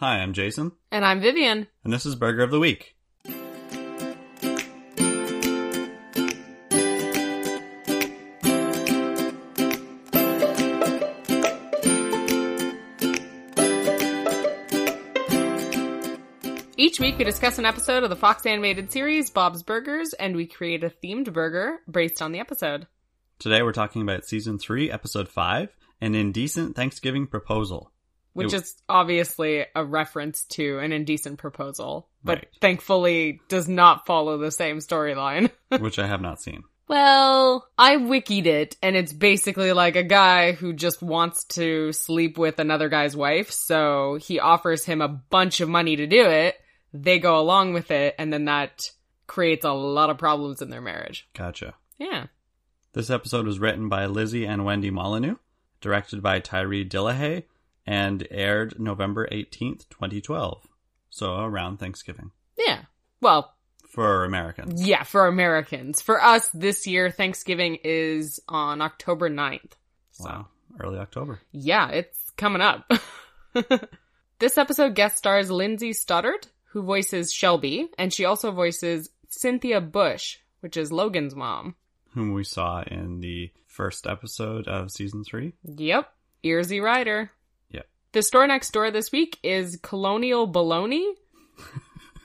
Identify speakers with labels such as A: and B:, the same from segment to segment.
A: Hi, I'm Jason,
B: And I'm Vivian.
A: and this is Burger of the Week.
B: Each week we discuss an episode of the Fox animated series Bob's Burgers and we create a themed burger based on the episode.
A: Today we're talking about Season 3, Episode 5, An Indecent Thanksgiving Proposal.
B: Which
A: It-
B: is obviously a reference to an indecent proposal, but
A: Right.
B: thankfully does not follow the same storyline.
A: which I have not seen.
B: Well, I wikied it, and it's basically like a guy who just wants to sleep with another guy's wife, so he offers him a bunch of money to do it. They go along with it, and then that creates a lot of problems in their marriage.
A: Gotcha.
B: Yeah.
A: This episode was written by Lizzie and Wendy Molyneux, directed by Tyree Dillahay, and aired November 18th, 2012. So around Thanksgiving
B: Yeah. Well,
A: for Americans.
B: yeah, for Americans. For us this year, Thanksgiving is on October 9th. So,
A: Wow. Early October.
B: Yeah, it's coming up. this episode guest stars Lindsay Stoddard, who voices Shelby, and she also voices Cynthia Bush, which is Logan's mom.
A: Whom we saw in the first episode of season three.
B: Yep, Earsy Rider.
A: Yep.
B: The store next door this week is Colonial Bologna.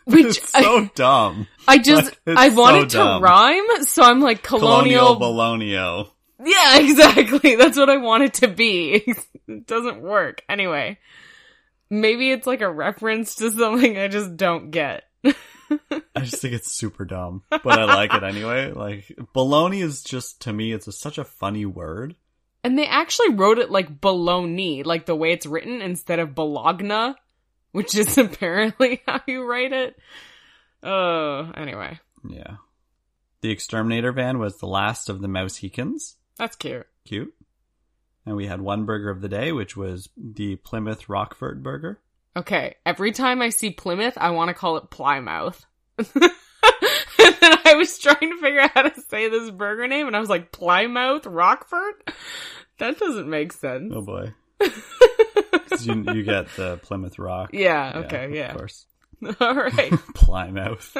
B: Which
A: it's so dumb.
B: I, I just
A: Like, it's
B: I
A: so
B: wanted
A: dumb.
B: to rhyme, so I'm like
A: Colonial
B: colonial.
A: Bologna.
B: yeah, exactly. That's what I want it to be. it doesn't work anyway. Maybe it's like a reference to something I just don't get.
A: I just think it's super dumb, but I like it anyway. Like baloney is just to me, it's a, such a funny word.
B: And they actually wrote it like bologna, like the way it's written instead of bologna, which is apparently how you write it. Oh, anyway,
A: Yeah. The exterminator van was the last of the Mouse Heekins.
B: that's cute.
A: Cute. And we had one burger of the day, which was the Plymouth Rockford burger.
B: Okay, every time I see Plymouth, I want to call it Plymouth. and then I was trying to figure out how to say this burger name, and I was like, Plymouth Rockford? That doesn't make sense.
A: Oh boy. 'Cause you, you get the Plymouth Rock.
B: yeah, okay,
A: Of
B: yeah.
A: course.
B: All right.
A: Plymouth.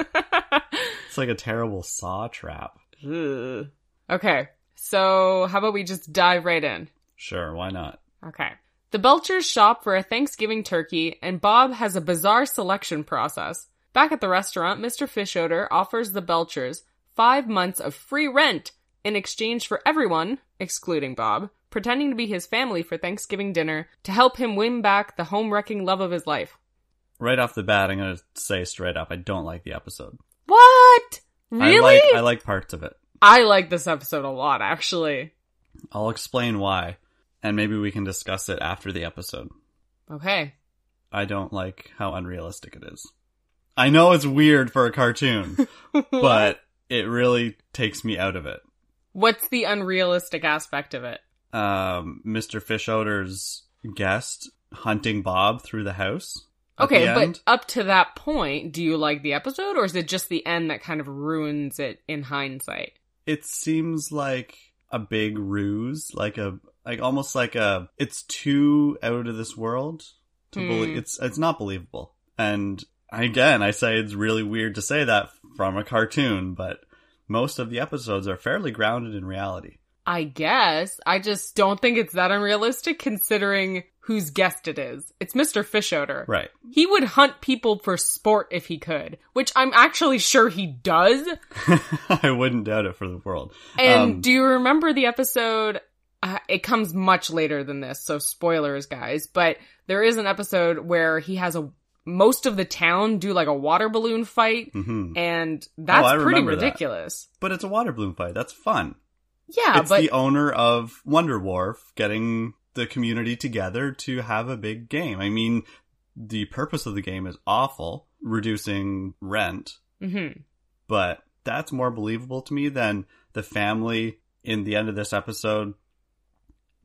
A: It's like a terrible saw trap.
B: Ugh. okay, so how about we just dive right in?
A: Sure, why not?
B: Okay. The Belchers shop for a Thanksgiving turkey, and Bob has a bizarre selection process. Back at the restaurant, Mr. Fishoder offers the Belchers five months of free rent in exchange for everyone, excluding Bob, pretending to be his family for Thanksgiving dinner to help him win back the home wrecking love of his life.
A: Right off the bat, I'm gonna say straight up, I don't like the episode.
B: What? Really?
A: I like I like parts of it.
B: I like this episode a lot, actually.
A: I'll explain why, and maybe we can discuss it after the episode.
B: Okay.
A: I don't like how unrealistic it is. I know it's weird for a cartoon, but it really takes me out of it.
B: What's the unrealistic aspect of it?
A: Um, Mr. Fish Odor's guest hunting Bob through the house. at
B: Okay,
A: the
B: but
A: end.
B: up to that point, do you like the episode or is it just the end that kind of ruins it in hindsight?
A: it seems like a big ruse, like a like almost like a it's too out of this world to
B: Hmm.
A: believe. It's it's not believable. And again, I say it's really weird to say that from a cartoon, but most of the episodes are fairly grounded in reality.
B: I guess. I just don't think it's that unrealistic considering whose guest it is. It's Mr. Fishoder.
A: Right.
B: He would hunt people for sport if he could, which I'm actually sure he does.
A: I wouldn't doubt it for the world.
B: And
A: Um,
B: do you remember the episode? Uh, it comes much later than this, so spoilers, guys. But there is an episode where he has a most of the town do like a water balloon fight,
A: hmm
B: and
A: Oh, I
B: that's pretty
A: remember that.
B: ridiculous.
A: But it's a water balloon fight. That's fun.
B: Yeah,
A: it's
B: but
A: the owner of Wonder Wharf getting the community together to have a big game. I mean, the purpose of the game is awful, reducing rent,
B: Mhm.
A: but that's more believable to me than the family in the end of this episode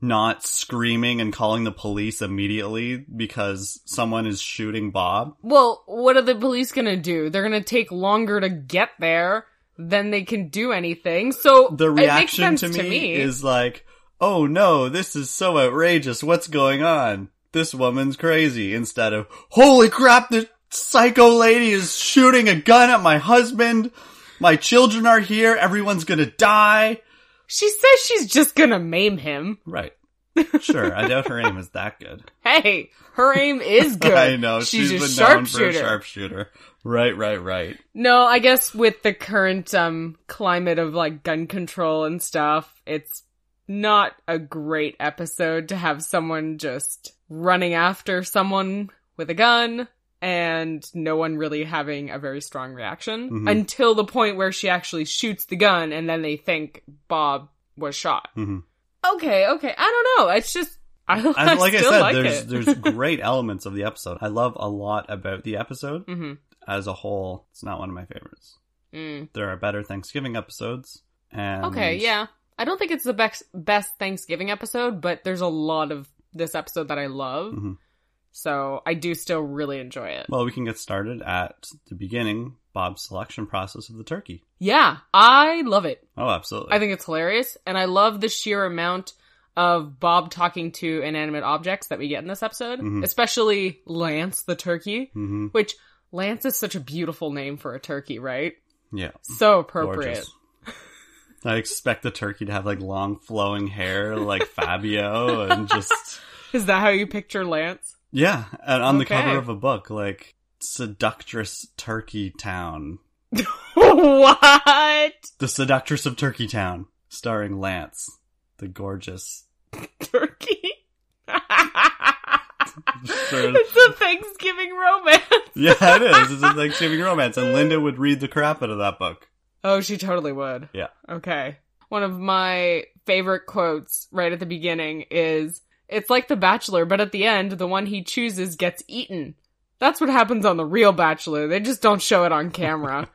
A: not screaming and calling the police immediately because someone is shooting Bob.
B: well, what are the police gonna do? They're gonna take longer to get there than they can do anything. So
A: The
B: it makes
A: reaction
B: sense
A: to me is like, "Oh no, this is so outrageous. What's going on?" this woman's crazy instead of, holy crap, this psycho lady is shooting a gun at my husband. My children are here. Everyone's gonna die.
B: She says she's just gonna maim him.
A: Right. Sure. I doubt her aim is that good.
B: Hey, her aim is good.
A: I know.
B: She's,
A: been
B: a
A: known for a
B: sharpshooter.
A: sharpshooter. Right, right, right.
B: No, I guess with the current um climate of like gun control and stuff, it's not a great episode to have someone just running after someone with a gun and no one really having a very strong reaction
A: Mhm.
B: until the point where she actually shoots the gun and then they think Bob was shot.
A: hmm
B: Okay, okay. I don't know. It's just I, I
A: And like I
B: still
A: said,
B: like
A: there's
B: it.
A: there's great elements of the episode. I love a lot about the episode
B: hmm
A: as a whole. It's not one of my favorites.
B: mm.
A: There are better Thanksgiving episodes. And
B: Okay, yeah. I don't think it's the best best Thanksgiving episode, but there's a lot of this episode that I love.
A: Mhm.
B: So I do still really enjoy it.
A: Well, we can get started at the beginning. Bob's selection process of the turkey.
B: yeah, I love it.
A: Oh, absolutely.
B: I think it's hilarious, and I love the sheer amount of Bob talking to inanimate objects that we get in this episode,
A: Mhm.
B: especially Lance the turkey,
A: hmm
B: which Lance is such a beautiful name for a turkey, right?
A: Yeah.
B: So appropriate.
A: Gorgeous. I expect the turkey to have like long flowing hair like Fabio and just
B: Is that how you picture Lance?
A: yeah, and on the
B: Okay.
A: cover of a book like Seductress Turkey Town.
B: what?
A: The Seductress of Turkey Town starring Lance, the gorgeous.
B: turkey.
A: Sure.
B: It's a Thanksgiving romance.
A: Yeah, it is. It's a Thanksgiving romance and Linda would read the crap out of that book.
B: Oh, she totally would.
A: Yeah.
B: Okay. One of my favorite quotes right at the beginning is It's like The Bachelor, but at the end, the one he chooses gets eaten. That's what happens on The Real Bachelor. They just don't show it on camera.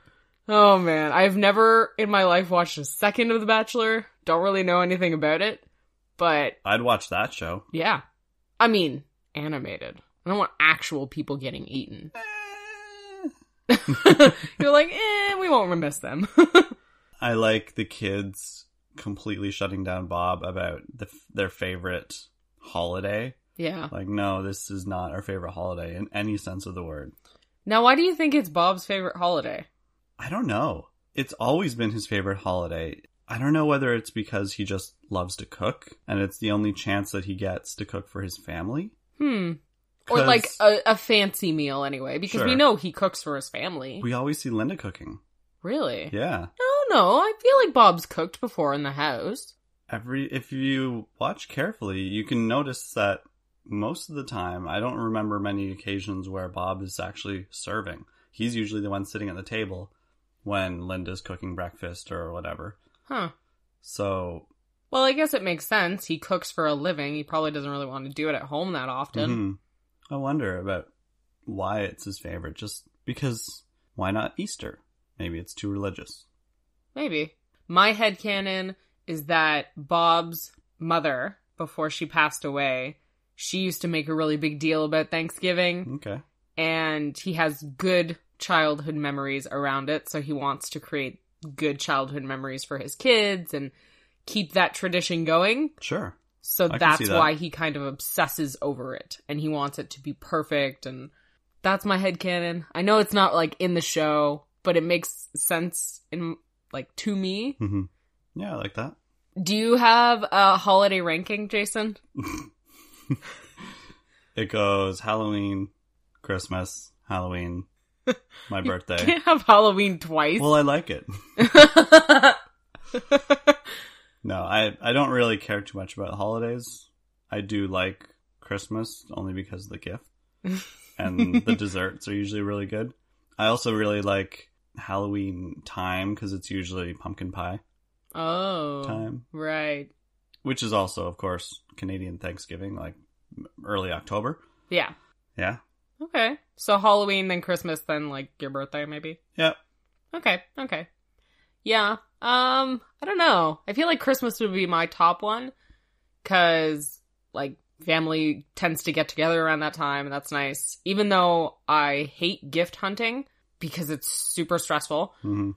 B: oh, man. I've never in my life watched a second of The Bachelor. Don't really know anything about it. But
A: I'd watch that show.
B: Yeah. I mean, animated. I don't want actual people getting eaten.
A: Eh,
B: You're like, eh, we won't miss them.
A: I like the kids completely shutting down Bob about the, their favorite holiday.
B: yeah.
A: Like, no, this is not our favorite holiday in any sense of the word.
B: Now, why do you think it's Bob's favorite holiday?
A: I don't know. It's always been his favorite holiday. I don't know whether it's because he just loves to cook and it's the only chance that he gets to cook for his family.
B: Hmm. Or
A: 'Cause
B: like a, a fancy meal anyway, because we
A: Sure.
B: know he cooks for his family.
A: we always see Linda cooking.
B: really?
A: Yeah.
B: No, no. I feel like Bob's cooked before in the house.
A: Every if you watch carefully, you can notice that most of the time, I don't remember many occasions where Bob is actually serving. He's usually the one sitting at the table when Linda's cooking breakfast or whatever.
B: Huh.
A: So,
B: Well, I guess it makes sense. He cooks for a living. He probably doesn't really want to do it at home that often.
A: mhm. I wonder about why it's his favorite. Just because why not Easter? Maybe it's too religious.
B: Maybe. My headcanon is that Bob's mother, before she passed away, she used to make a really big deal about Thanksgiving,
A: Okay.
B: and he has good childhood memories around it, so he wants to create good childhood memories for his kids and keep that tradition going.
A: Sure.
B: So
A: I can see
B: that's
A: that.
B: why he kind of obsesses over it and he wants it to be perfect and that's my headcanon. I know it's not like in the show, but it makes sense in like to me.
A: hmm Yeah, I like that.
B: Do you have a holiday ranking, Jason?
A: It goes Halloween, Christmas, Halloween, my birthday.
B: Can't have Halloween twice.
A: Well, I like it. No, I, I don't really care too much about holidays. I do like Christmas only because of the gift and the desserts are usually really good. I also really like Halloween time because it's usually pumpkin pie
B: oh.
A: time,
B: Right.
A: which is also, of course, Canadian Thanksgiving, like m- early October.
B: Yeah.
A: Yeah.
B: Okay. So Halloween, then Christmas, then like your birthday, maybe?
A: Yeah.
B: Okay. Okay. Yeah. Um, I don't know. I feel like Christmas would be my top one because like family tends to get together around that time and that's nice. Even though I hate gift hunting because it's super stressful
A: hmm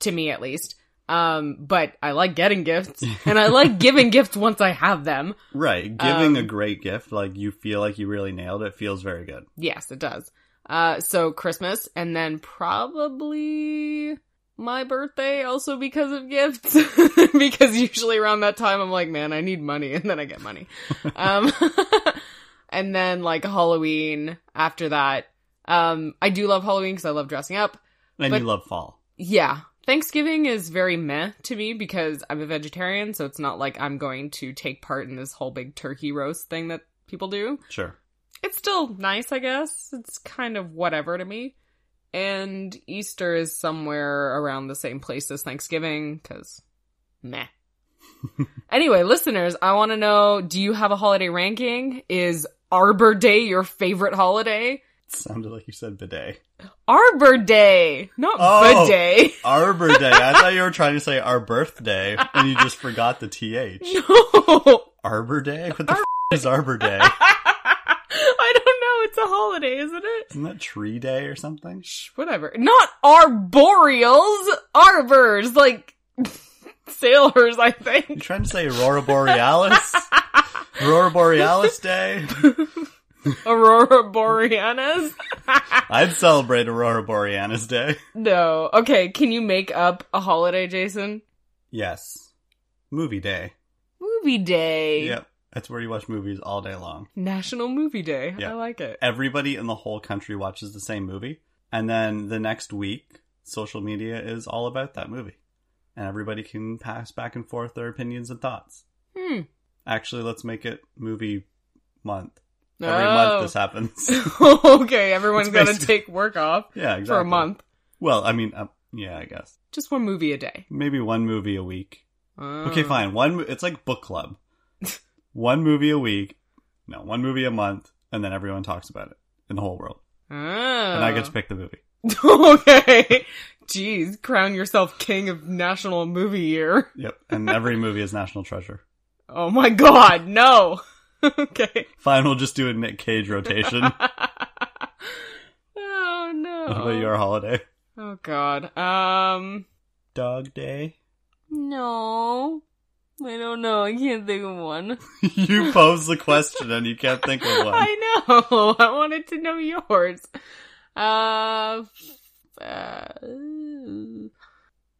B: to me at least. Um, but I like getting gifts and I like giving gifts once I have them.
A: Right. Giving a
B: Um,
A: great gift, like you feel like you really nailed it, feels very good.
B: Yes, it does. Uh, so Christmas and then probably my birthday also because of gifts because usually around that time I'm like, man, I need money and then I get money. um, and then like Halloween after that. Um, I do love Halloween because I love dressing up.
A: And
B: But-
A: you love fall.
B: Yeah. Thanksgiving is very meh to me because I'm a vegetarian, so it's not like I'm going to take part in this whole big turkey roast thing that people do.
A: Sure.
B: It's still nice, I guess. It's kind of whatever to me. And Easter is somewhere around the same place as Thanksgiving because meh. anyway, listeners, I want to know do you have a holiday ranking? Is Arbor Day your favorite holiday?
A: sounded like you said bidet.
B: Arbor Day, not
A: Oh.
B: bidet.
A: Arbor Day. I thought you were trying to say our birthday, and you just forgot the th.
B: No.
A: Arbor Day. What the f- is Arbor Day?
B: I don't know. It's a holiday, isn't it?
A: Isn't that Tree Day or something?
B: Shh, whatever. Not arboreals, arbors, like sailors, I
A: You
B: think.
A: trying to say Aurora Borealis? Aurora Borealis Day.
B: Aurora boreanas?
A: I'd celebrate Aurora Borealis Day.
B: no. Okay, can you make up a holiday, Jason?
A: Yes. Movie Day.
B: Movie day.
A: Yep. That's where you watch movies all day long.
B: National Movie Day.
A: Yeah.
B: I like it.
A: Everybody in the whole country watches the same movie. And then the next week, social media is all about that movie. And everybody can pass back and forth their opinions and thoughts.
B: Hmm.
A: Actually, let's make it movie month.
B: No.
A: Every month
B: Oh.
A: this happens.
B: Hmm. okay, everyone's
A: It's
B: got to
A: basically-
B: take work off
A: yeah, exactly.
B: for a month.
A: Well, I mean, uh, yeah, I guess.
B: Just one movie a day.
A: Maybe one movie a week. Okay,
B: Oh.
A: fine. One. mo- It's like book club. one movie a week. No, one movie a month, and then everyone talks about it in the whole world,
B: Oh.
A: and I get to pick the movie.
B: okay. Jeez, crown yourself king of national movie year.
A: Yep, and every movie is national treasure.
B: Oh my god, no. okay.
A: Fine, we'll just do a Nick Cage rotation.
B: oh no.
A: What about your holiday?
B: Oh god. Um
A: Dog Day.
B: no. I don't know. I can't think of one.
A: you pose the question and you can't think of one.
B: I know. I wanted to know yours. Uh, uh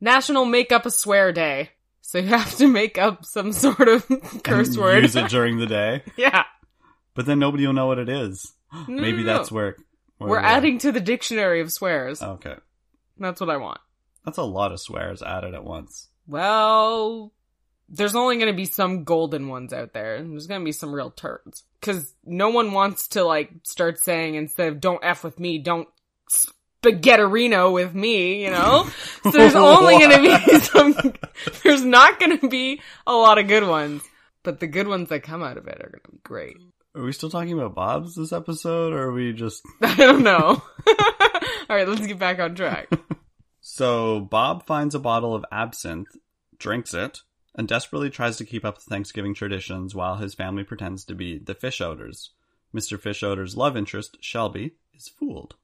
B: National Make Up a Swear Day. So you have to make up some sort of curse
A: And
B: word.
A: Use it during the day,
B: Yeah.
A: but then nobody will know what it is.
B: No,
A: Maybe
B: no, no.
A: that's where, where
B: We're
A: we Uh. are.
B: adding to the dictionary of swears.
A: Okay,
B: That's what I want.
A: that's a lot of swears added at once.
B: Well, there's only going to be some golden ones out there. and There's going to be some real turds. Because no one wants to, like, start saying instead of don't F with me, don't spaghetterino with me, you know? so there's only going to be some, there's not going to be a lot of good ones. But the good ones that come out of it are going to be great.
A: Are we still talking about Bob's this episode, or are we just
B: I don't know. All right, let's get back on track.
A: so? Bob finds a bottle of absinthe, drinks it, and desperately tries to keep up with Thanksgiving traditions while his family pretends to be the fish odors. Mr. Fish Odor's love interest, Shelby, is fooled.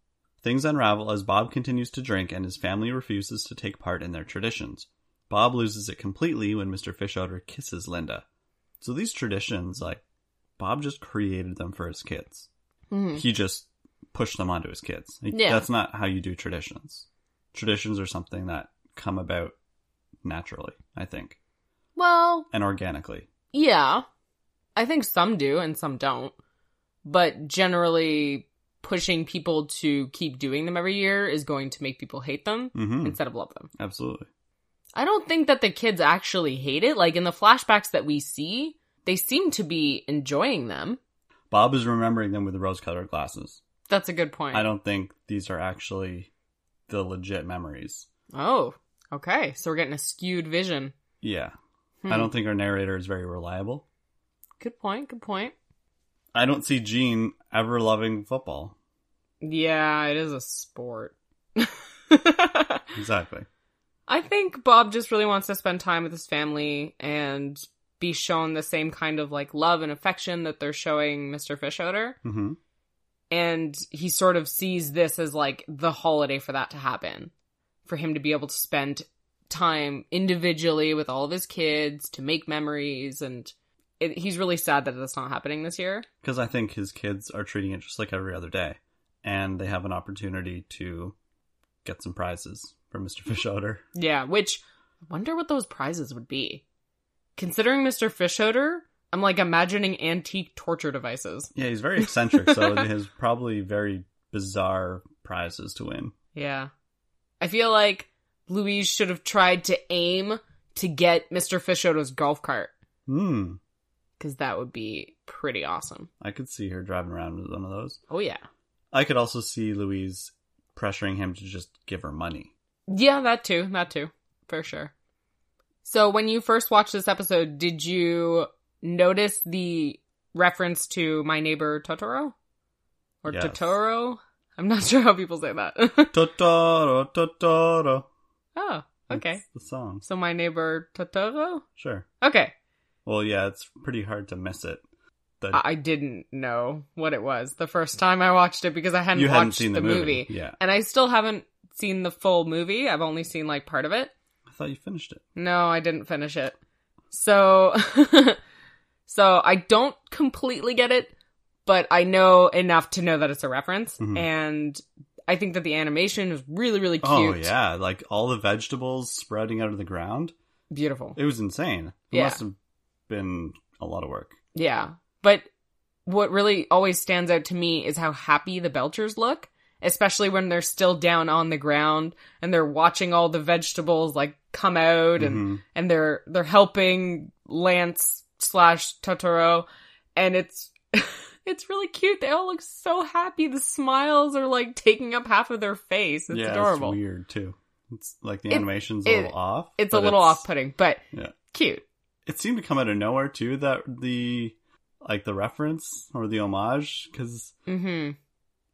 A: Things unravel as Bob continues to drink and his family refuses to take part in their traditions. Bob loses it completely when Mr. Fish Odor kisses Linda. So these traditions, like, Bob just created them for his kids.
B: Mhm.
A: he just pushed them onto his kids. Like,
B: Yeah.
A: That's not how you do traditions. Traditions are something that come about naturally, I think,
B: Well,
A: and organically.
B: Yeah. I think some do and some don't. But generally, pushing people to keep doing them every year is going to make people hate them
A: hmm
B: instead of love them.
A: Absolutely.
B: I don't think that the kids actually hate it. Like in the flashbacks that we see, they seem to be enjoying them.
A: Bob is remembering them with rose colored glasses.
B: That's a good point.
A: I don't think these are actually the legit memories.
B: Oh, okay. So we're getting a skewed vision.
A: Yeah.
B: Hmm.
A: I don't think our narrator is very reliable.
B: Good point. Good point.
A: I don't see Gene ever loving football.
B: Yeah, it is a sport.
A: Exactly.
B: I think Bob just really wants to spend time with his family and be shown the same kind of like love and affection that they're showing Mr. Fish Odor.
A: hmm
B: And he sort of sees this as like the holiday for that to happen, for him to be able to spend time individually with all of his kids to make memories and it, he's really sad that that's not happening this year.
A: Because I think his kids are treating it just like every other day, and they have an opportunity to get some prizes for Mr. Fishoder.
B: Yeah, which I wonder what those prizes would be. Considering Mr. Fishoder, I'm like imagining antique torture devices.
A: Yeah, he's very eccentric, so it is probably very bizarre prizes to win.
B: Yeah. I feel like Louise should have tried to aim to get Mr. Fishoder's golf cart
A: Hmm,
B: because that would be pretty awesome.
A: I could see her driving around with one of those.
B: Oh yeah.
A: I could also see Louise pressuring him to just give her money.
B: Yeah, that too. That too. For sure. So when you first watched this episode, did you notice the reference to my neighbor Totoro? Or
A: Yes.
B: Totoro? I'm not sure how people say that.
A: Totoro, Totoro.
B: oh, okay.
A: That's the song.
B: So my neighbor Totoro?
A: Sure.
B: Okay.
A: Well, yeah, it's pretty hard to miss it. The,
B: I I didn't know what it was the first time I watched it because I hadn't
A: you
B: watched
A: hadn't seen
B: the, movie.
A: Yeah.
B: And I still haven't seen the full movie. I've only seen like part of it.
A: I thought you finished it.
B: No, I didn't finish it. So so I don't completely get it, but I know enough to know that it's a reference
A: Mhm.
B: and I think that the animation is really really cute.
A: Oh, yeah. Like all the vegetables sprouting out of the ground.
B: Beautiful.
A: It was insane. It
B: Yeah.
A: must have been a lot of work.
B: Yeah. But what really always stands out to me is how happy the Belchers look, especially when they're still down on the ground and they're watching all the vegetables like come out and
A: Mhm.
B: and they're they're helping Lance slash Totoro, and it's it's really cute. They all look so happy. The smiles are like taking up half of their face. It's
A: yeah,
B: adorable.
A: It's
B: It's,
A: weird, too. It's like the
B: It-
A: animation's a
B: it-
A: little off.
B: a
A: but
B: little
A: it's-
B: off putting, but
A: Yeah.
B: cute.
A: It seemed to come out of nowhere, too, that the. Like the reference or the homage, because
B: Mm-hmm.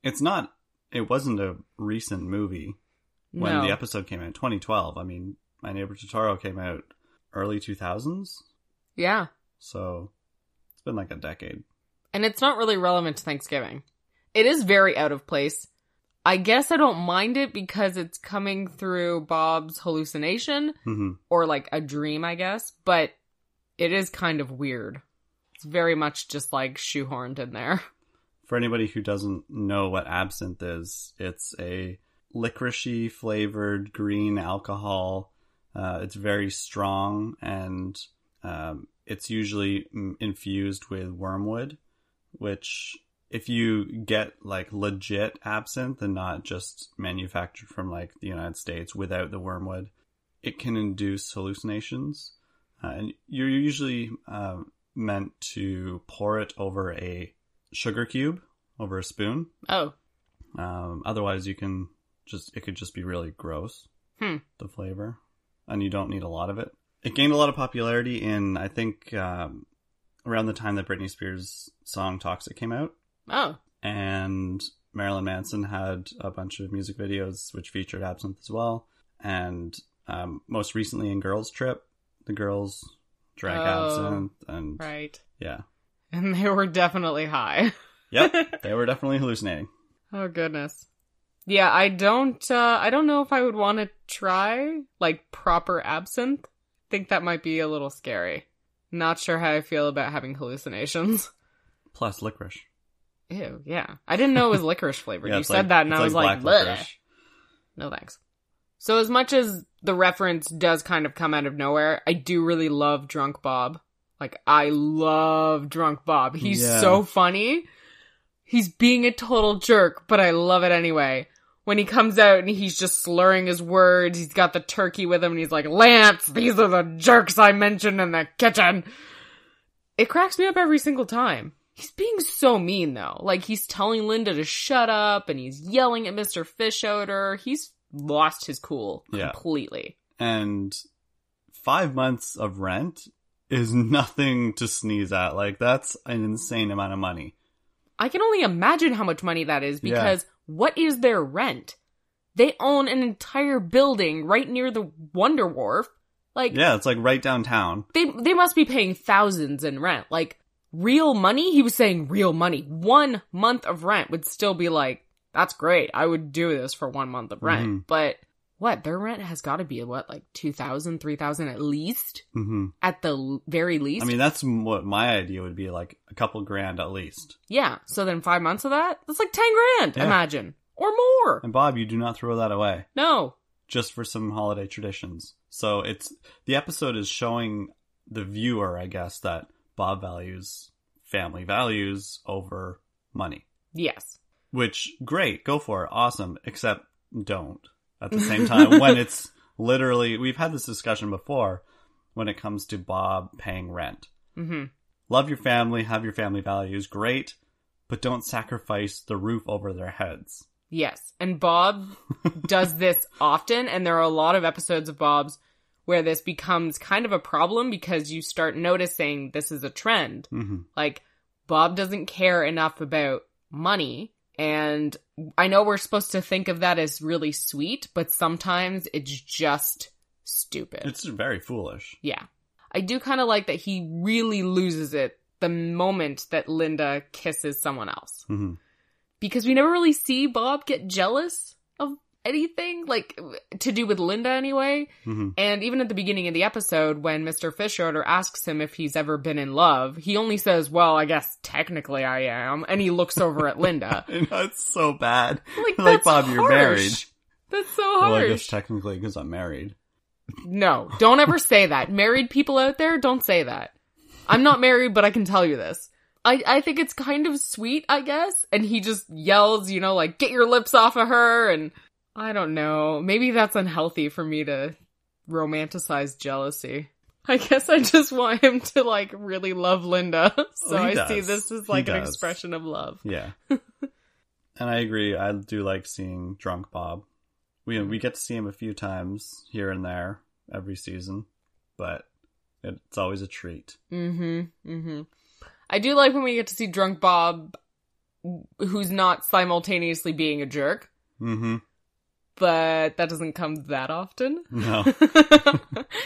A: it's not. It wasn't a recent movie. when
B: no.
A: the episode came out 2012 i mean my neighbor totoro came out early 2000s
B: yeah,
A: so it's been like a decade
B: and it's not really relevant to Thanksgiving. It is very out of place. I guess I don't mind it because it's coming through Bob's hallucination
A: hmm
B: or like a dream, I guess, but it is kind of weird. It's very much just like shoehorned in there.
A: for anybody who doesn't know what absinthe is it's a licoricey flavored green alcohol uh, it's very strong and um, it's usually mm, infused with wormwood which if you get like legit absinthe and not just manufactured from like the United States without the wormwood, it can induce hallucinations. Uh, and you're usually um meant to pour it over a sugar cube, over a spoon.
B: Oh,
A: Um, otherwise, you can just it could just be really gross.
B: Hmm.
A: The flavor, and you don't need a lot of it. It gained a lot of popularity in I think um, around the time that Britney Spears' song "Toxic" came out
B: oh,
A: and Marilyn Manson had a bunch of music videos which featured absinthe as well. And um, most recently in Girls Trip, the girls drank
B: Oh,
A: absinthe, and
B: right.
A: yeah,
B: And they were definitely high.
A: yep, they were definitely hallucinating.
B: oh goodness. Yeah, I don't uh I don't know if I would want to try like proper absinthe. think that might be a little scary. Not sure how I feel about having hallucinations.
A: Plus licorice.
B: Ew, yeah. I didn't know it was licorice flavored.
A: Yeah,
B: you
A: it's
B: said
A: like-
B: that and
A: it's
B: I was
A: like
B: like,
A: black
B: "Bleh."
A: licorice.
B: no thanks. So as much as the reference does kind of come out of nowhere, I do really love Drunk Bob. Like I love Drunk Bob. He's
A: Yeah.
B: so funny. He's being a total jerk, but I love it anyway. When he comes out and he's just slurring his words, he's got the turkey with him and he's like, "Lance, these are the jerks I mentioned in the kitchen." It cracks me up every single time. He's being so mean though. Like he's telling Linda to shut up and he's yelling at Mr. Fish Odor. He's lost his cool
A: Yeah.
B: completely.
A: And five months of rent is nothing to sneeze at. Like that's an insane amount of money.
B: I can only imagine how much money that is
A: Yeah.
B: because what is their rent? They own an entire building right near the Wonder Wharf. Like
A: Yeah, it's like right downtown.
B: they they must be paying thousands in rent. Like real money, he was saying real money. One month of rent would still be like, that's great. I would do this for one month of rent.
A: Mhm.
B: But what their rent has got to be what like 2000 3000 at least
A: hmm
B: at the l- very least
A: I mean, that's m- what my idea would be like a couple grand at least.
B: yeah so then five months of that that's like 10 grand
A: Yeah.
B: imagine or more
A: And Bob, you do not throw that away
B: no
A: just for some holiday traditions. So it's the episode is showing the viewer, I guess, that Bob values family values over money,
B: yes
A: which great, go for it. Awesome. Except don't at the same time when it's literally, we've had this discussion before when it comes to Bob paying rent.
B: mm-hmm
A: love your family, have your family values, great, but don't sacrifice the roof over their heads.
B: Yes. And Bob does this often, and there are a lot of episodes of Bob's where this becomes kind of a problem because you start noticing this is a trend.
A: Mm-hmm.
B: Like, Bob doesn't care enough about money. And I know we're supposed to think of that as really sweet, but sometimes it's just stupid.
A: It's very foolish.
B: Yeah. I do kind of like that he really loses it the moment that Linda kisses someone else
A: hmm
B: because we never really see Bob get jealous of anything, like to do with Linda anyway.
A: hmm
B: And even at the beginning of the episode, when Mr. Fisher asks him if he's ever been in love, he only says, Well, I guess technically I am. And he looks over at Linda.
A: I know, it's so bad. Like,
B: Like, Uh, that's
A: Bob, you're
B: harsh.
A: married.
B: That's so
A: Well,
B: harsh.
A: I guess technically because I'm married.
B: no, don't ever say that. Married people out there, don't say that. I'm not married, but I can tell you this. I, I think it's kind of sweet, I guess. And he just yells, you know, like, get your lips off of her. And I don't know. Maybe that's unhealthy for me to romanticize jealousy. I guess I just want him to, like, really love Linda. So
A: Well, he
B: I see
A: does.
B: this as,
A: He
B: like, an
A: does.
B: expression of love.
A: Yeah. and I agree. I do like seeing drunk Bob. We we get to see him a few times here and there every season, but it's always a treat.
B: Mm hmm. Mm hmm. I do like when we get to see Drunk Bob, who's not simultaneously being a jerk.
A: Mm-hmm.
B: but that doesn't come that often.
A: No.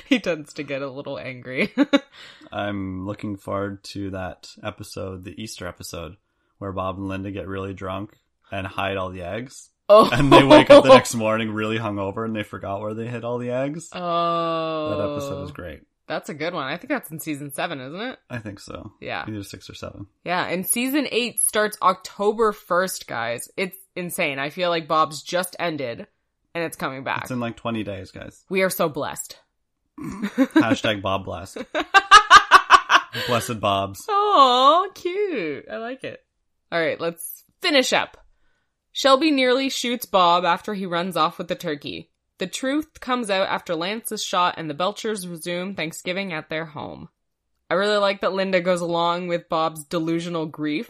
B: he tends to get a little angry.
A: I'm looking forward to that episode, the Easter episode, where Bob and Linda get really drunk and hide all the eggs.
B: oh,
A: And they wake up the next morning really hungover and they forgot where they hid all the eggs.
B: Oh,
A: That episode is great.
B: That's a good one. I think that's in season seven, isn't it?
A: I think so.
B: Yeah,
A: Either six or seven.
B: yeah. And season eight starts October first, guys. It's insane. I feel like Bob's just ended, and it's coming back.
A: It's in like 20 days, guys.
B: we are so blessed.
A: Hashtag Bob Blast. Blessed Bobs.
B: Oh, cute. I like it. All right, let's finish up. Shelby nearly shoots Bob after he runs off with the turkey. The truth comes out after Lance is shot and the Belchers resume Thanksgiving at their home. I really like that Linda goes along with Bob's delusional grief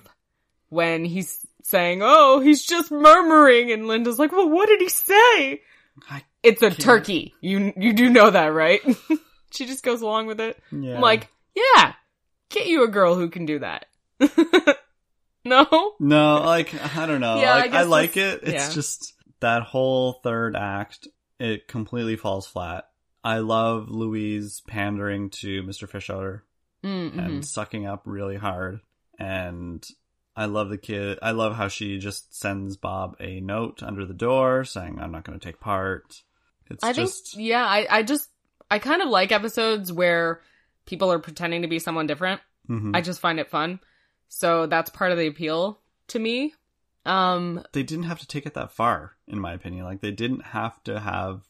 B: when he's saying, Oh, he's just murmuring. And Linda's like, Well, what did he say?
A: I-
B: It's a
A: can't-
B: turkey. You, you do know that, right? she just goes along with it.
A: Yeah.
B: I'm like, yeah, get you a girl who can do that. no?
A: No, like I don't know.
B: Yeah, I
A: like, I,
B: guess
A: like
B: that's-
A: it. It's
B: yeah.
A: just that whole third act. It completely falls flat. I love Louise pandering to Mr. Fisher
B: Mm-hmm.
A: and sucking up really hard. And I love the kid. I love how she just sends Bob a note under the door saying, "I'm not going to take part." It's
B: I think,
A: just
B: yeah, I, I just, I kind of like episodes where people are pretending to be someone different.
A: Mhm.
B: I just find it fun. So that's part of the appeal to me. Um,
A: they didn't have to take it that far, in my opinion. Like they didn't have to have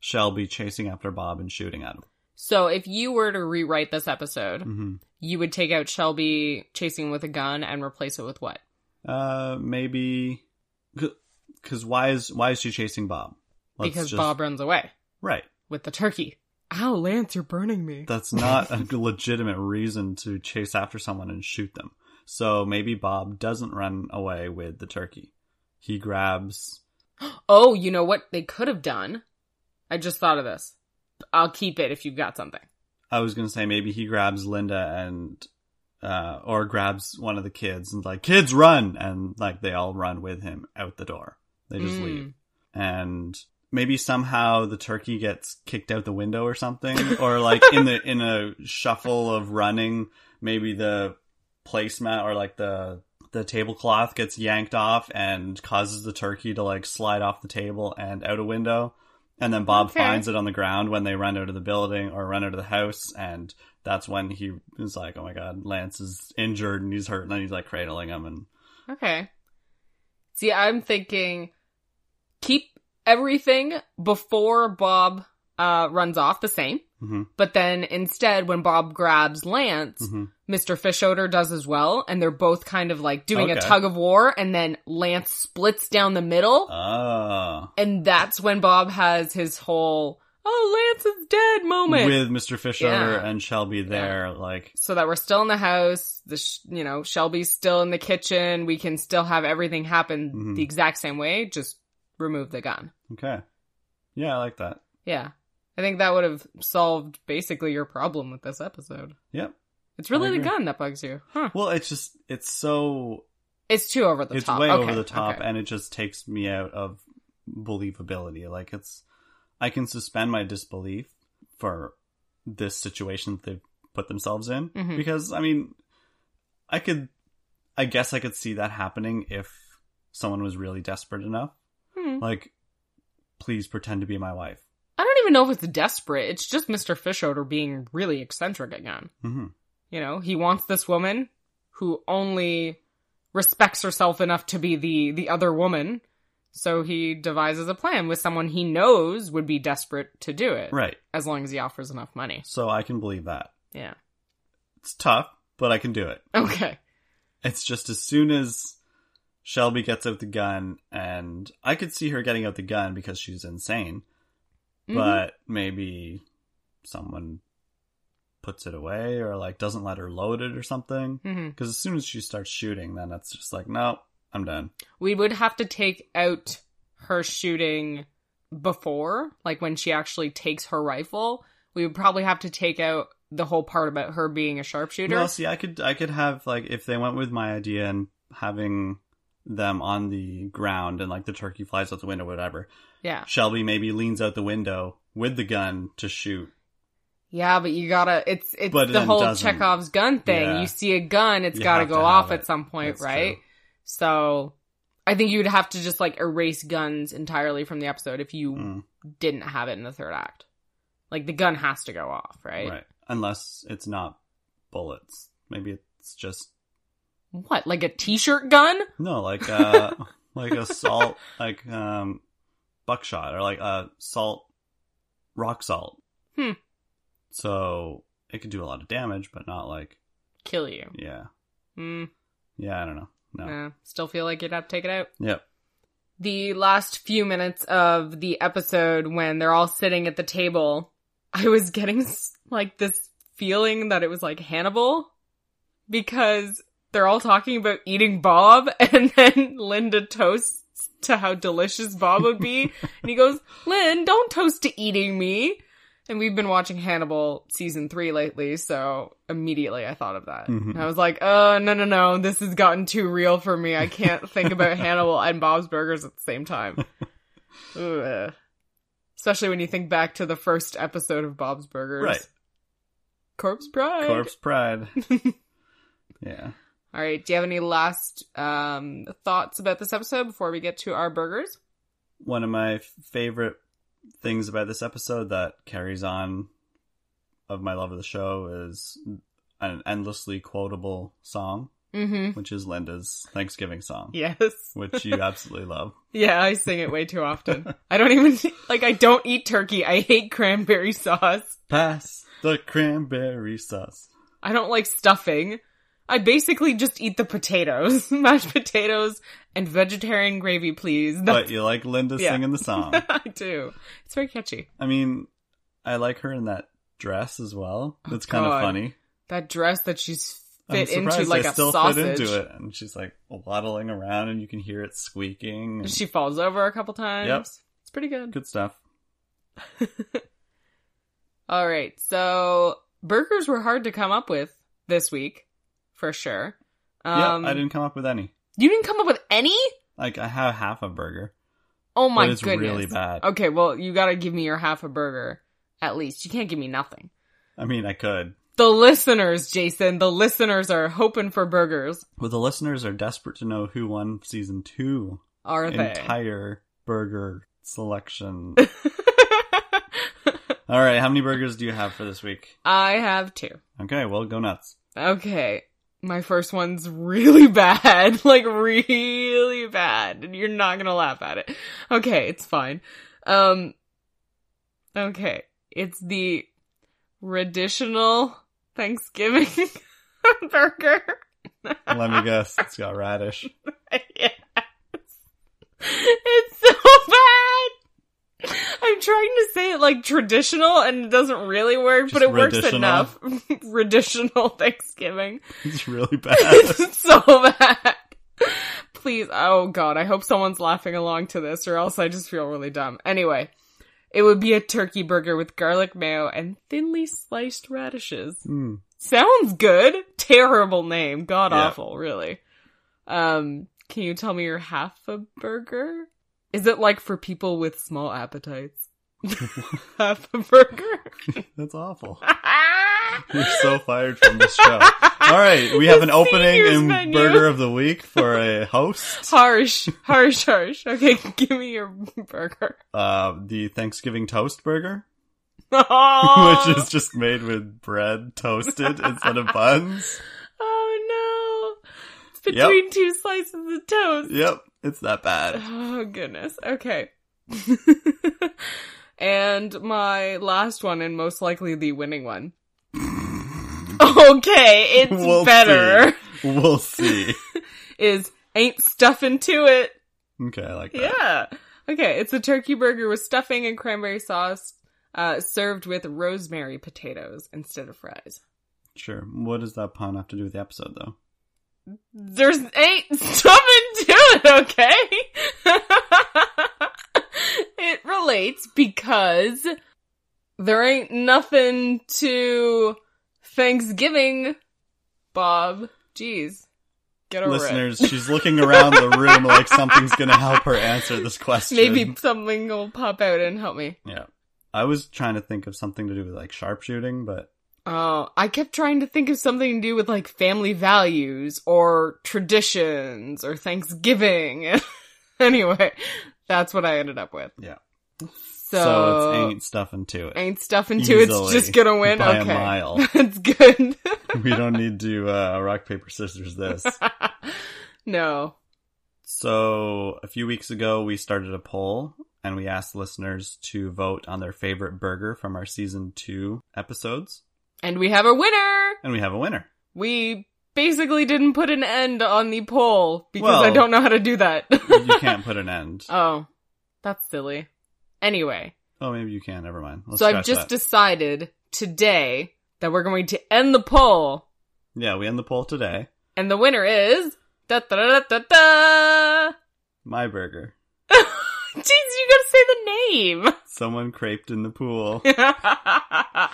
A: Shelby chasing after Bob and shooting at him.
B: so if you were to rewrite this episode,
A: hmm
B: you would take out Shelby chasing with a gun and replace it with what?
A: Uh, maybe because why is why is she chasing Bob? Let's
B: because
A: just-
B: Bob runs away
A: Right.
B: with the turkey. Ow, Lance, you're burning me.
A: That's not a legitimate reason to chase after someone and shoot them. So maybe Bob doesn't run away with the turkey. He grabs.
B: Oh, you know what they could have done? I just thought of this. I'll keep it if you've got something.
A: I was gonna say maybe he grabs Linda and. Uh, or grabs one of the kids and like kids run and like they all run with him out the door they just
B: Mm.
A: leave and maybe somehow the turkey gets kicked out the window or something or like in the in a shuffle of running maybe the placemat or like the the tablecloth gets yanked off and causes the turkey to like slide off the table and out a window And then Bob
B: Okay.
A: finds it on the ground when they run out of the building or run out of the house. And that's when he is like, oh my God, Lance is injured and he's hurt. And then he's like cradling him. And
B: Okay. See, I'm thinking keep everything before Bob uh, runs off the same.
A: Mhm.
B: But then instead, when Bob grabs Lance,
A: Mhm.
B: Mr. Fishoder does as well. And they're both kind of like doing a
A: Okay.
B: tug of war. And then Lance splits down the middle.
A: oh,
B: and that's when Bob has his whole, oh, Lance is dead moment.
A: with Mr. Fisher
B: Yeah.
A: and Shelby there, like,
B: so that we're still in the house. The sh- you know Shelby's still in the kitchen. We can still have everything happen
A: Mhm.
B: the exact same way. Just remove the gun.
A: okay. Yeah, I like that.
B: Yeah, I think that would have solved basically your problem with this episode.
A: Yep.
B: It's really the
A: agree.
B: gun that bugs you, huh?
A: Well, it's just, it's so,
B: It's too over the
A: it's
B: top.
A: way
B: Okay,
A: over the top
B: okay.
A: and it just takes me out of believability. Like, it's, I can suspend my disbelief for this situation that they've put themselves in
B: Mhm.
A: because, I mean, I could, I guess I could see that happening if someone was really desperate enough.
B: Hmm.
A: Like, please pretend to be my wife.
B: I don't even know if it's desperate. It's just Mr. Fishoder being really eccentric again.
A: hmm
B: You know, he wants this woman who only respects herself enough to be the the other woman. So he devises a plan with someone he knows would be desperate to do it,
A: Right.
B: as long as he offers enough money.
A: So I can believe that.
B: Yeah.
A: It's tough, but I can do it.
B: Okay.
A: It's just as soon as Shelby gets out the gun, and I could see her getting out the gun because she's insane,
B: Mhm.
A: but maybe someone puts it away or like doesn't let her load it or something.
B: Mhm.
A: Because as soon as she starts shooting, then it's just like, no, I'm done.
B: we would have to take out her shooting before, like when she actually takes her rifle. We would probably have to take out the whole part about her being a sharpshooter.
A: No, see, I could, I could have like if they went with my idea and having them on the ground and like the turkey flies out the window, whatever.
B: yeah.
A: Shelby maybe leans out the window with the gun to shoot.
B: Yeah, but you gotta. It's it's
A: But
B: the
A: then
B: whole
A: doesn't-
B: Chekhov's gun thing.
A: Yeah.
B: You see a gun, it's
A: You
B: gotta
A: have to
B: go
A: have
B: off
A: it.
B: at some point,
A: That's
B: right?
A: true.
B: So, I think you'd have to just like erase guns entirely from the episode if you
A: Mm,
B: didn't have it in the third act. Like the gun has to go off, right?
A: right. Unless it's not bullets. Maybe it's just
B: What, like a T-shirt gun?
A: no, like uh like a salt like um buckshot or like uh salt rock salt.
B: Hmm.
A: So it could do a lot of damage, but not like
B: Kill you?
A: yeah.
B: Mm,
A: Yeah, I don't know. No.
B: nah. still feel like you'd have to take it out.
A: Yep.
B: the last few minutes of the episode when they're all sitting at the table, I was getting s- like this feeling that it was like Hannibal because they're all talking about eating Bob and then Linda toasts to how delicious Bob would be. and he goes, Lynn, don't toast to eating me. And we've been watching Hannibal season three lately, so immediately I thought of that.
A: Mhm.
B: And I was like, oh, no, no, no, this has gotten too real for me. I can't think about Hannibal and Bob's Burgers at the same time. Ugh. Especially when you think back to the first episode of Bob's Burgers.
A: Right.
B: Corpse Pride.
A: Corpse pride. yeah.
B: All right. Do you have any last um, thoughts about this episode before we get to our burgers?
A: one of my f- favorite things about this episode that carries on of my love of the show is an endlessly quotable song,
B: Mm-hmm.
A: which is Linda's Thanksgiving song,
B: Yes.
A: which you absolutely love.
B: Yeah, I sing it way too often. I don't even like. I don't eat turkey. I hate cranberry sauce.
A: Pass the cranberry sauce.
B: I don't like stuffing. I basically just eat the potatoes, mashed potatoes, and vegetarian gravy, please.
A: But you like Linda
B: Yeah.
A: singing the song.
B: I do. It's very catchy.
A: I mean, I like her in that dress as well.
B: Oh,
A: It's kind
B: God.
A: of funny.
B: That dress that she's
A: I'm
B: fit
A: surprised
B: into like
A: I
B: a
A: still
B: sausage.
A: fit into it. And she's like waddling around and you can hear it squeaking. and-
B: She falls over a couple times.
A: Yep.
B: It's pretty good.
A: Good stuff.
B: All right. So burgers were hard to come up with this week, for sure. Um,
A: yeah, I didn't come up with any.
B: You didn't come up with any?
A: Like I have half a burger.
B: Oh my
A: but it's
B: goodness.
A: really bad.
B: Okay, well, you gotta give me your half a burger at least. You can't give me nothing.
A: I mean, I could.
B: The listeners, Jason, the listeners are hoping for burgers,
A: Well, the listeners are desperate to know who won season two
B: are they?
A: entire burger selection All right, how many burgers do you have for this week?
B: I have two.
A: Okay, well, go nuts.
B: Okay. My first one's really bad. Like, really bad. And you're not gonna laugh at it. Okay, it's fine. Um, okay. It's the traditional Thanksgiving burger.
A: Let me guess. It's got radish.
B: yes. It's so bad. I'm trying to say it like traditional and it doesn't really work, but
A: Just
B: it works
A: raditional.
B: enough. Traditional Thanksgiving.
A: It's really bad.
B: it's so bad. Please, oh god, I hope someone's laughing along to this or else I just feel really dumb. Anyway, it would be a turkey burger with garlic mayo and thinly sliced radishes.
A: Mm.
B: Sounds good. Terrible name. God
A: Yeah.
B: awful, really. Um, can you tell me your half a burger? Is it like for people with small appetites? half a burger?
A: That's awful. You're so fired from this show. All right, we have an
B: The
A: opening
B: seniors
A: and
B: menu.
A: burger of the week for a host.
B: Harsh, harsh, harsh. Okay, give me your burger.
A: Uh, the Thanksgiving toast burger,
B: Oh,
A: which is just made with bread toasted instead of buns.
B: oh no, it's
A: Yep.
B: between two slices of toast.
A: Yep, it's that bad.
B: Oh goodness. Okay. and my last one and most likely the winning one. Okay, it's
A: We'll
B: better.
A: We'll see.
B: Is ain't stuffing to it.
A: Okay, I like that.
B: Yeah. Okay, it's a turkey burger with stuffing and cranberry sauce, uh, served with rosemary potatoes instead of fries.
A: Sure. What does that pun have to do with the episode, though?
B: There's ain't something to it, okay? it relates because there ain't nothing to Thanksgiving, Bob. Jeez. Get over
A: Listeners, she's looking around the room like something's going to help her answer this
B: it.
A: question.
B: Maybe something will pop out and help me.
A: Yeah. I was trying to think of something to do with like sharpshooting, but
B: Oh, I kept trying to think of something to do with like family values or traditions or Thanksgiving. anyway, that's what I ended up with.
A: Yeah.
B: So,
A: so, it's ain't stuffing to it.
B: ain't stuff into it's
A: Easily.
B: just gonna win.
A: By a
B: okay,
A: mile.
B: that's good.
A: we don't need to uh, rock paper scissors this.
B: no.
A: So a few weeks ago, we started a poll and we asked listeners to vote on their favorite burger from our season two episodes,
B: And we have a winner.
A: and we have a winner.
B: We basically didn't put an end on the poll because I
A: Well-
B: don't know how to do that.
A: you can't put an end.
B: oh, that's silly. Anyway.
A: Oh, maybe you can. Never mind. Let's
B: so
A: scratch
B: I've just
A: that.
B: decided today that we're going to end the poll,
A: yeah, we end the poll today.
B: and the winner is da da da da da.
A: My burger.
B: Jeez, you gotta
A: Someone craped in the pool,
B: say the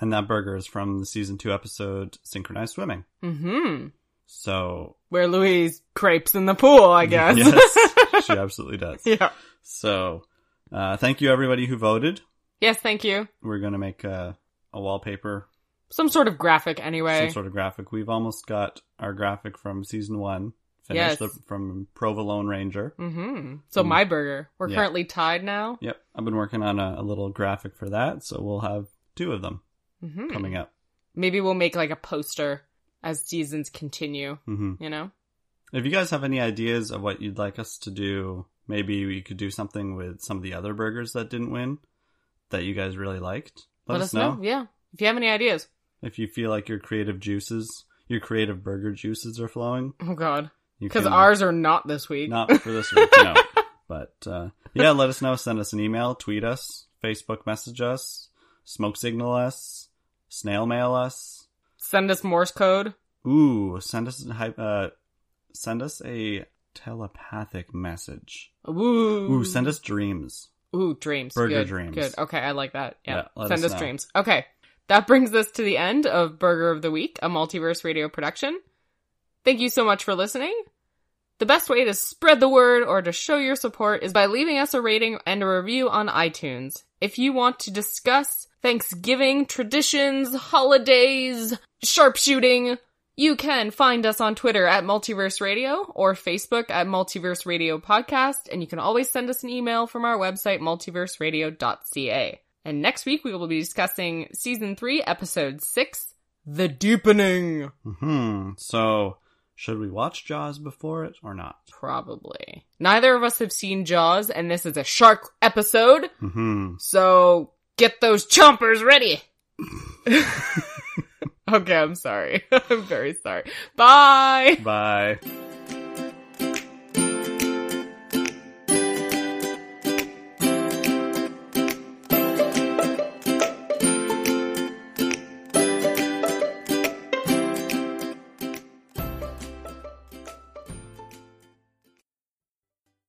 A: and that burger is from the season two episode "Synchronized Swimming."
B: name. hmm
A: So
B: Where Louise crepes in the pool, I guess.
A: yes, she absolutely does.
B: yeah.
A: So, uh, thank you everybody who voted.
B: Yes, thank you.
A: We're gonna make a, a wallpaper,
B: Some sort of graphic, anyway.
A: some sort of graphic. We've almost got our graphic from season one
B: Yes.
A: finished the, from Provolone Ranger.
B: hmm So
A: Mm.
B: my burger. We're
A: Yeah.
B: currently tied now.
A: Yep, I've been working on a, a little graphic for that, so we'll have two of them
B: hmm
A: coming up.
B: Maybe we'll make like a poster as seasons continue.
A: hmm
B: You know.
A: If you guys have any ideas of what you'd like us to do, maybe we could do something with some of the other burgers that didn't win that you guys really liked. Let, us know.
B: Yeah. If you have any ideas.
A: If you feel like your creative juices, your creative burger juices are flowing,
B: Oh God,
A: you
B: because
A: can-
B: ours are not this week.
A: not for this week, no. But uh, yeah, let us know. Send us an email, tweet us, Facebook message us, smoke signal us, snail mail us.
B: Send us Morse code.
A: Ooh, send us a hy- uh, send us a telepathic message.
B: Ooh,
A: Ooh, send us dreams.
B: ooh dreams.
A: burger
B: Good,
A: dreams.
B: Good. Okay, I like that. Yeah.
A: Yeah, let
B: send us,
A: us know.
B: dreams. Okay, that brings us to the end of Burger of the Week, a multiverse radio production. Thank you so much for listening. The best way to spread the word or to show your support is by leaving us a rating and a review on iTunes. If you want to discuss Thanksgiving traditions, holidays, sharpshooting, you can find us on Twitter at Multiverse Radio or Facebook at Multiverse Radio Podcast, and you can always send us an email from our website, multiverseradio.ca. And next week we will be discussing season three, episode six, The Deepening.
A: Hmm. So, should we watch Jaws before it or not?
B: Probably. Neither of us have seen Jaws, and this is a shark episode,
A: Hmm.
B: so get those chompers ready. okay, I'm sorry. I'm very sorry. Bye.
A: Bye.